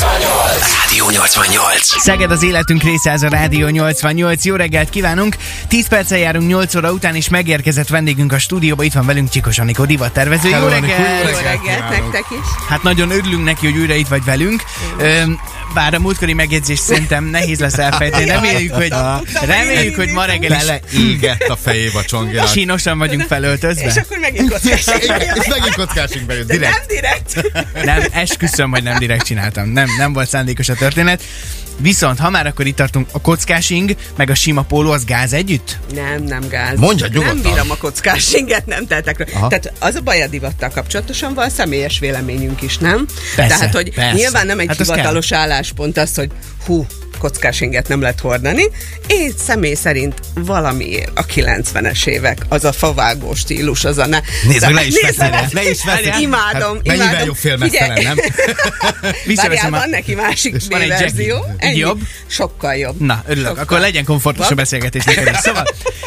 Rádió 88. Szeged az életünk része, ez a Rádió 88. Jó reggelt kívánunk! 10 perccel járunk 8 óra után, és megérkezett vendégünk a stúdióba. Itt van velünk Csikos Anikó, divattervező. Jó Hello, Anikó. Jó reggelt! reggelt. reggelt kívánok. nektek is. Hát nagyon örülünk neki, hogy újra itt vagy velünk. Öm, Bár a múltkori megjegyzés szerintem nehéz lesz elfejteni. Reméljük, hogy, reméljük, hogy ma reggel is Ígett a fejébe a csongjának. sínosan vagyunk És felöltözve. akkor megint kockásig. És megint kockásig bejött, De direkt. nem direkt. Nem, esküszöm, hogy nem direkt csináltam. Nem, nem volt szándékos a történet. Viszont, ha már akkor itt tartunk, a kockásing, meg a sima póló, az gáz együtt? Nem, nem gáz. Mondja nyugodtan. Nem bírom a kockásinget, nem teltek rá. Tehát az a baj a divattal kapcsolatosan van, személyes véleményünk is, nem? Persze, Tehát, hogy persze. nyilván nem egy Hát az hivatalos álláspont az, hogy hú, kockásinget nem lehet hordani. Én személy szerint valamiért a 90-es évek, az a favágó stílus, az a ne... Nézd meg, le is Nézd meg, veszed, le is veszed. Imádom, Hát Mennyivel imádom. jobb félmeztelen, Figyelj. nem? Várjál, Visszaveszem a- van neki másik van egy verzió. Jackie. Egy Ennyi. jobb? Sokkal jobb. Na, örülök. Sokkal. Akkor legyen komfortos a Van? beszélgetés neked is. Szóval,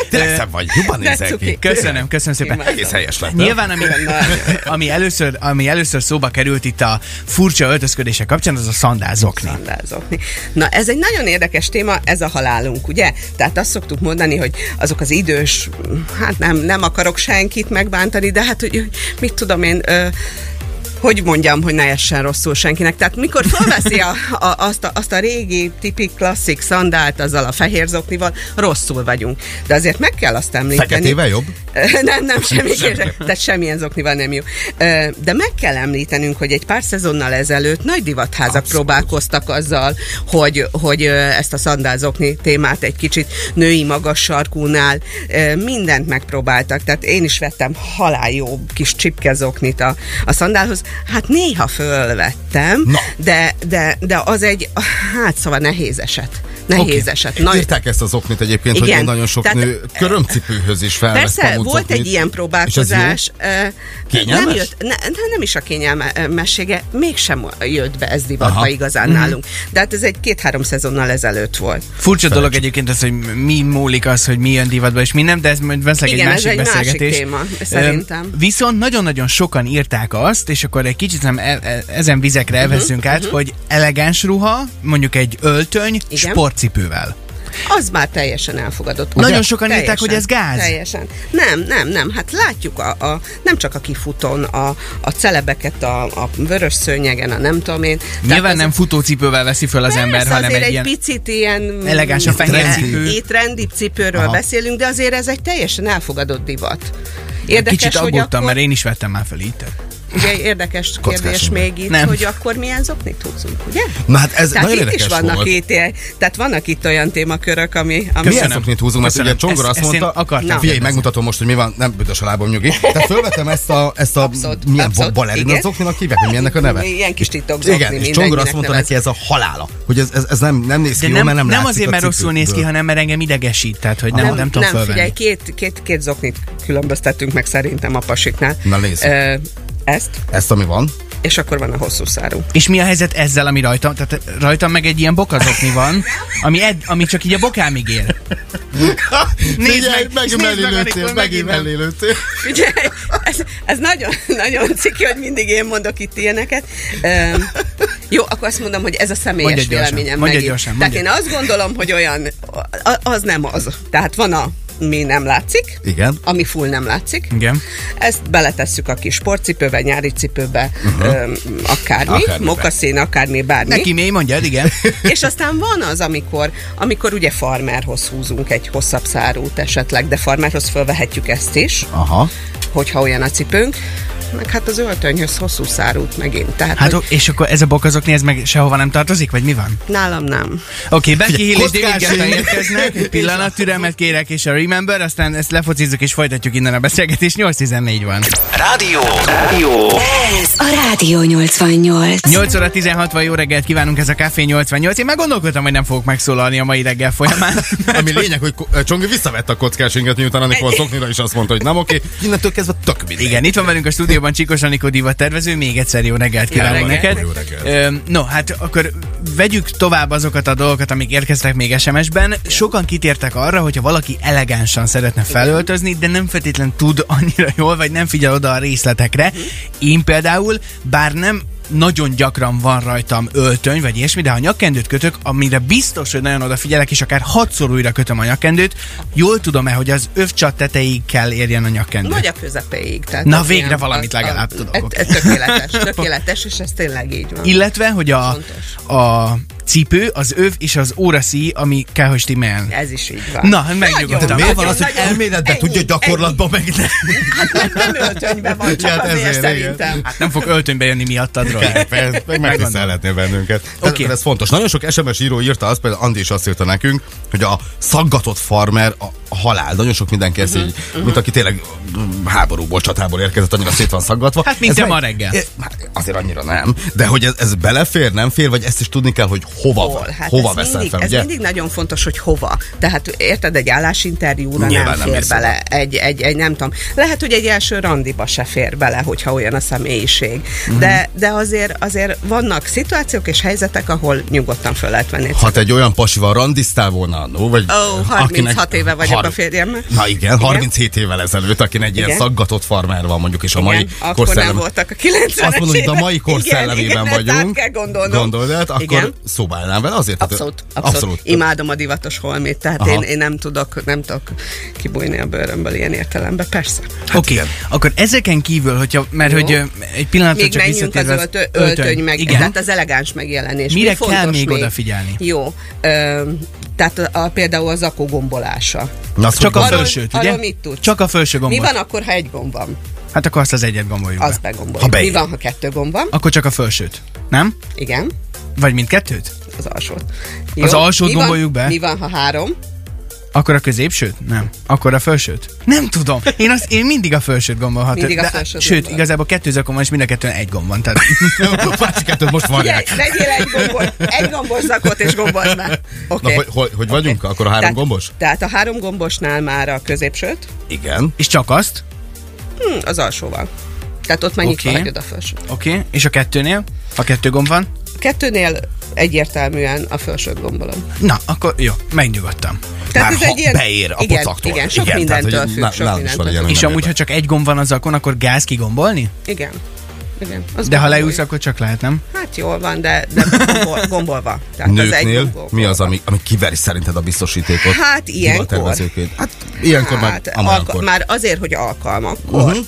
Tényleg szem vagy, jobban De nézel ki. cuki. köszönöm, köszönöm szépen. Imádom. Egész helyes lett. nem? Nyilván, ami, ami, először, ami először szóba került itt a furcsa öltözködése kapcsán, az a szandázokni. Szandázokni. Na, ez egy nagyon érdekes téma, ez a halálunk, ugye? Tehát azt szoktuk mondani, hogy azok az idős, hát nem, nem akarok senkit megbántani, de hát, hogy mit tudom én, ö, hogy mondjam, hogy ne essen rosszul senkinek. Tehát mikor fölveszi a, a, azt, a, azt a régi, tipik, klasszik szandált azzal a fehér zoknival, rosszul vagyunk. De azért meg kell azt említeni. Feketével jobb? nem, nem, semmi Tehát semmilyen zoknival nem jó. Ö, De meg kell említenünk, hogy egy pár szezonnal ezelőtt nagy divatházak próbálkoztak azzal, hogy, hogy ö, ezt a szandázokni témát egy kicsit női magas sarkúnál ö, mindent megpróbáltak. Tehát én is vettem halál jó kis csipkezoknit a, a szandálhoz. Hát néha fölvettem, Na. de, de, de az egy, hát szóval nehéz eset. Nehéz Oké. eset. Nagy, Írták ezt az oknit egyébként, hogy Igen. nagyon sok Tehát- nő körömcipőhöz is felvesz Persze, pamut volt zoknit. egy ilyen És próbálkozás. ö, Kényelmes? Nem, jött, ne, ne- nem is a kényelmessége, mégsem jött be ez divatba Aha. Mhm. igazán nálunk. De hát ez egy két-három szezonnal ezelőtt volt. Furcsa dolog egyébként az, hogy mi múlik az, hogy mi jön divatba és mi nem, de ez majd valószínűleg egy Igen, ez másik egy másik beszélgetés. téma, Öm, szerintem. Viszont nagyon-nagyon sokan írták azt, és akkor egy kicsit nem e- e- ezen vizekre Mhm, elveszünk át, hogy elegáns ruha, mondjuk egy öltöny, Igen. sportcipővel. Az már teljesen elfogadott. Nagyon sokan írták, Teljesen, hogy ez gáz. Teljesen. Nem, nem, nem. Hát látjuk a, a nem csak a kifutón, a, a celebeket, a, a vörös szőnyegen, a nem tudom én. Tehát Nyilván az- nem futócipővel veszi föl az Persze, ember, hanem azért egy egy ilyen... picit ilyen elegáns a fehér e- cipő. e- trendibb cipőről Aha. beszélünk, de azért ez egy teljesen elfogadott divat. Érdekes, Kicsit hogy aggódtam, akkor, mert én is vettem már fel itt. ugye, érdekes kérdés Kockásunk. még itt, Nem. hogy akkor milyen zoknit húzunk, ugye? Na hát ez Tehát nagyon itt is érdekes vannak volt. itt, ilyen- tehát vannak itt olyan témakörök, ami, ami Milyen Köszönöm. szoknyit húzunk, mert Köszönöm. ugye Csongor Ezt- azt ezt én mondta, akartam figyelj, Na. kérdezni. megmutatom most, hogy mi van, nem büdös a lábam nyugi. Tehát fölvetem ezt a, ezt a Abszolút, milyen abszolút, balerina igen. zokninak hívják, hogy mi ennek a neve? Ilyen kis titok zokni, Igen, és mindenkinek Csongor azt mondta nevez. neki, ez a halála, hogy ez, ez, ez nem, nem néz ki De jól, nem, mert nem, nem látszik azért, a mert rosszul néz ki, cipőből. hanem mert engem idegesít, tehát hogy nem, nem, Nem, nem tudom nem figyelj, fölvenni. két, két, két zoknit különböztetünk meg szerintem a pasiknál. Na, nézzük. Ö, ezt, Ezt, ami van. és akkor van a hosszú szárú. És mi a helyzet ezzel, ami rajtam? Tehát rajtam meg egy ilyen bokazokni van, ami, ed, ami csak így a bokámig ér. Figyelj, meg, és nézd meg, mellé Anikó, lőttél, megint megint nem. mellé lőttél. Ugye, ez, ez nagyon, nagyon ciki, hogy mindig én mondok itt ilyeneket. Um, jó, akkor azt mondom, hogy ez a személyes Mondja gyorsan, véleményem mondja megint. gyorsan, Tehát mondja. én azt gondolom, hogy olyan, a- az nem az. Tehát van a mi nem látszik, Igen. ami full nem látszik. Igen. Ezt beletesszük a kis sportcipőbe, nyári cipőbe, uh-huh. öm, akármi, Akármibe. akármi mokaszén, akármi, bármi. Neki mély, mondja, igen. És aztán van az, amikor, amikor ugye farmerhoz húzunk egy hosszabb szárút esetleg, de farmerhoz fölvehetjük ezt is Aha. hogyha olyan a cipőnk, meg hát az öltönyhöz hosszú szárút megint. Tehát Hát hát, o- és akkor ez a bokazokni, ez meg sehova nem tartozik, vagy mi van? nálam nem. Oké, okay, Becky Hill és Kockás David Guetta én. érkeznek. Egy pillanat, türelmet kérek, és a Remember, aztán ezt lefocizzuk és folytatjuk innen a beszélgetés. 8.14 van. Rádió. Rádió. Ez a Rádió 88. 8 óra 16 van, jó reggelt kívánunk, ez a Café 88. Én már gondolkodtam, hogy nem fogok megszólalni a mai reggel folyamán. Ami lényeg, hogy ko- Csongi visszavette a kockásinkat, miután Anikó a szoknira is azt mondta, hogy nem oké. Innentől kezdve tök mindegy. Igen, itt van velünk a stúdióban Csikos Anikó divat tervező, még egyszer jó reggelt kívánok reggelt. neked. Jó reggelt. Öm, No, hát akkor vegyük tovább azokat a dolgokat, amik érkeztek még SMS-ben. Sokan kitértek arra, hogyha valaki elegánsan szeretne felöltözni, de nem feltétlen tud annyira jól, vagy nem figyel oda a részletekre. Én például, bár nem nagyon gyakran van rajtam öltöny, vagy ilyesmi, de ha nyakkendőt kötök, amire biztos, hogy nagyon odafigyelek, és akár hatszor újra kötöm a nyakkendőt, jól tudom-e, hogy az övcsat tetejéig kell érjen a nyakkendő. Nagy a közepéig. Tehát Na, az végre ilyen- valamit az- legalább az- tudok. ez- ez Tökéletes, tökéletes, és ez tényleg így van. Illetve, hogy a, a cipő, az öv és az óraszí, ami kell, hogy stimmeljen. Ez is így van. Na, hát megnyugodtam. Nagyon, Miért Van az, hogy nagyon- elméletben ennyi, tudja gyakorlatban meg ne. Hát mert nem öltönyben van, csak Hát azért ezért, igen. szerintem. Hát nem fog öltönybe jönni miattad, Robi. Persze, meg megtisztelhetnél bennünket. Tehát Oké. akkor Ez fontos. Nagyon sok SMS író írta azt, például Andi is azt írta nekünk, hogy a szaggatott farmer a- a halál. Nagyon sok mindenki Mhm, ezt így, mint aki tényleg mm, háborúból, csatából érkezett, annyira szét van szaggatva. Hát, mint Ez te meg- ma reggel. É, hát Azért annyira nem. De hogy ez, ez belefér, nem fér, vagy ezt is tudni kell, hogy hova, Hol? Hát hova ez veszel mindig, fel, ez ugye? mindig nagyon fontos, hogy hova. Tehát érted, egy állásinterjúra Nyilván nem nem fér mész bele. Egy, egy, egy, nem tudom. Lehet, hogy egy első randiba se fér bele, hogyha olyan a személyiség. Mhm. De, de azért, azért vannak szituációk és helyzetek, ahol nyugodtan föl lehet venni. Ha te Hát egy olyan pasival randisztál volna annó, vagy... Ó, 36 éve vagyok har- a férjemmel. Na igen, 37 évvel ezelőtt, akin egy ilyen Igen. szaggatott farmer van mondjuk, és a mai igen, akkor nem korszellem... voltak a 90-es Azt mondom, hogy a mai évek. kor Igen, szellemében igen, ezt vagyunk. át kell gondolnom. Gondold el, hát akkor Igen. szóba állnám vele azért? hát tehát- Abszolút, abszolút. abszolút. Imádom a divatos holmit, tehát Aha. én, én, nem tudok, nem tudok kibújni a bőrömből ilyen értelemben, persze. hát Oké, okay. akkor ezeken kívül, hogyha, mert Jó. hogy ö, egy pillanatra Még csak menjünk az visszatérve öltö, öltöny, meg, Hát Igen. tehát az elegáns megjelenés. Mire Mi fontos kell még odafigyelni? Jó, ö, tehát a, a, például az zakó gombolása. Na, azt Csak a mondom, Arról- felsőt, ugye? arról mit tudsz? Csak a felső gombot. Mi van akkor, ha egy gomb van? Hát akkor azt az egyet gomboljuk Az be. begomboljuk. beír. Mi van, ha kettő gomb van? Akkor csak a felsőt, nem? Igen, Vagy mindkettőt? az alsót. Az alsót Mi van- gomboljuk be? Mi van, ha három? Akkor a középsőt? Nem. Akkor a felsőt? Nem tudom. Én, azt, én mindig a felsőt gombolhatom. Mindig a De- felsőt Sőt, gombolod. igazából kettő zakon van, és mind a kettőn egy gomb van. Tehát a másik kettőt most Ugye, varják. vegyél egy gombos, egy gombos zakot, és gombold már. Na, Oké. hogy, hogy, hogy vagyunk? Akkor a három Tehát- gombos? Tehát a három gombosnál már a középsőt, Igen. és csak azt, hm, az alsóval. Tehát ott már okay. nyitva Oké. hagyod a felső. oké, okay. és a kettőnél, ha kettő gomb van, Kettőnél egyértelműen a felsőt gombolom. na, akkor jó, megnyugodtam. Tehát Már ez ha egy ilyen, beér a igen, pocaktól. Igen, sok Igen, igen, tehát, hogy mindentől tehát, lá- függ, sok nálunk is van mindentől ilyen, függ. hogy- és nem amúgy, értem. ha csak egy gomb van az zakon, akkor gáz kigombolni? Igen. Igen. az De ha gomboljuk. leülsz, akkor csak lehet, nem? Hát jól van, de, de gombol, gombolva. Tehát hát az egy Nőknél gombol- mi az, ami, ami kiveri szerinted a biztosítékot? Hát ilyenkor. divattervezőként? Hát ilyenkor már Hát, alka- amolyankor. már azért, hogy alkalmakkor. Mhm. Uh-huh.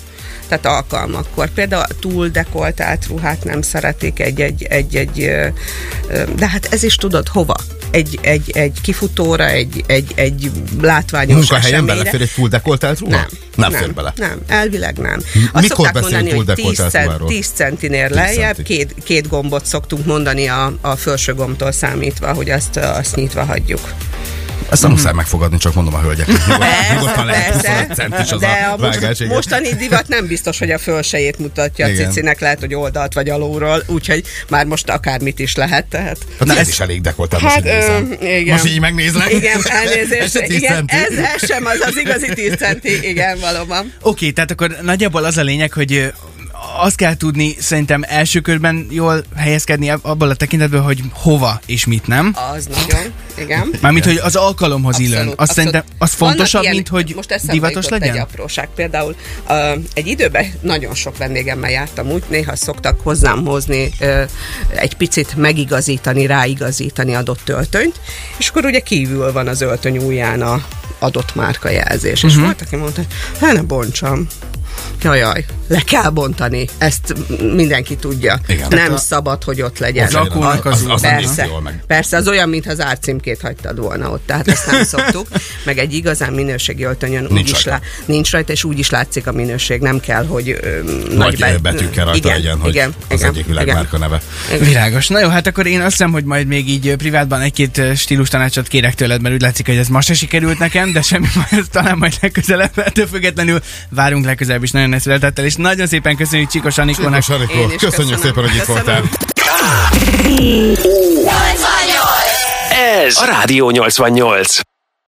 Tehát alkalmakkor. Például túl dekoltált ruhát nem szeretik egy, egy, egy, egy ö, ö, de hát ez is tudod hova. Egy, egy, egy kifutóra, egy, egy, egy látványos Munkahelyen eseményre. belefér egy full dekoltált ruha? Nem, nem, fér bele. Nem, elvileg nem. mikor beszélünk hogy túldekoltált 10, cent, ruháról? 10 centinél 10 lejjebb, centi. két, két gombot szoktunk mondani a, a felső gombtól számítva, hogy azt, ö, azt nyitva hagyjuk. Hát Ezt Mhm. nem muszáj megfogadni, csak mondom a hölgyeknek. Nyugodtan- Nyugodtan lehet 25 Persze, centis az de a a vágás. most, igen. mostani divat nem biztos, hogy a fölsejét mutatja a Igen. cicinek, lehet, hogy oldalt vagy alulról, úgyhogy már most akármit is lehet, tehát... Hát ez, is elég dekoltál, most Hát, így nézem. ö, igen. Most így megnézlek. Igen, Ez elnézést. se 10 igen, centi. ez, ez sem az az igazi 10 centi, igen, valóban. Oké, tehát akkor nagyjából az a lényeg, hogy ö, azt kell tudni szerintem első körben jól helyezkedni ab- abból a tekintetből, hogy hova és mit nem. Az nagyon, igen. Mármint, hogy az alkalomhoz illőn. Azt szerintem az Vannak fontosabb, ilyen- mint hogy most eszembe divatos jutott legyen? Egy apróság. Például ö, egy időben nagyon sok vendégemmel jártam úgy, néha szoktak hozzám hozni ö, egy picit megigazítani, ráigazítani adott öltönyt, és akkor ugye kívül van az öltöny ujján a adott márka jelzés. És volt, aki mondta, hogy "Hát ne bontsam. Jajaj, le kell bontani. Ezt mindenki tudja. Igen. Nem szabad, hogy ott legyen. Az legyen, Zakónak az az- az- az nem Persze, néz jól meg. persze, az olyan, mintha az árcímkét hagytad volna ott, tehát ezt nem szoktuk. Meg egy igazán minőségi öltönyön nincs úgy is rajta. lá- nincs rajta, és úgy is látszik a minőség, nem kell, hogy ö, Nagy betűkkel rajta igen, legyen, hogy igen, az igen, egyik világmárka neve. Világos. Na jó, hát akkor én azt hiszem, hogy majd még így ö, privátban egy-két ö, stílus tanácsot kérek tőled, mert úgy látszik, hogy ez ma se sikerült nekem, de semmi majd, talán majd legközelebb, ettől függetlenül várunk legközelebb is nagyon születettel, és nagyon szépen köszönjük Csikos Anikónak. Csíkos Anikó, Én is köszönjük köszönöm. szépen, hogy itt Köszönöm. voltál. Ez a Rádió 88.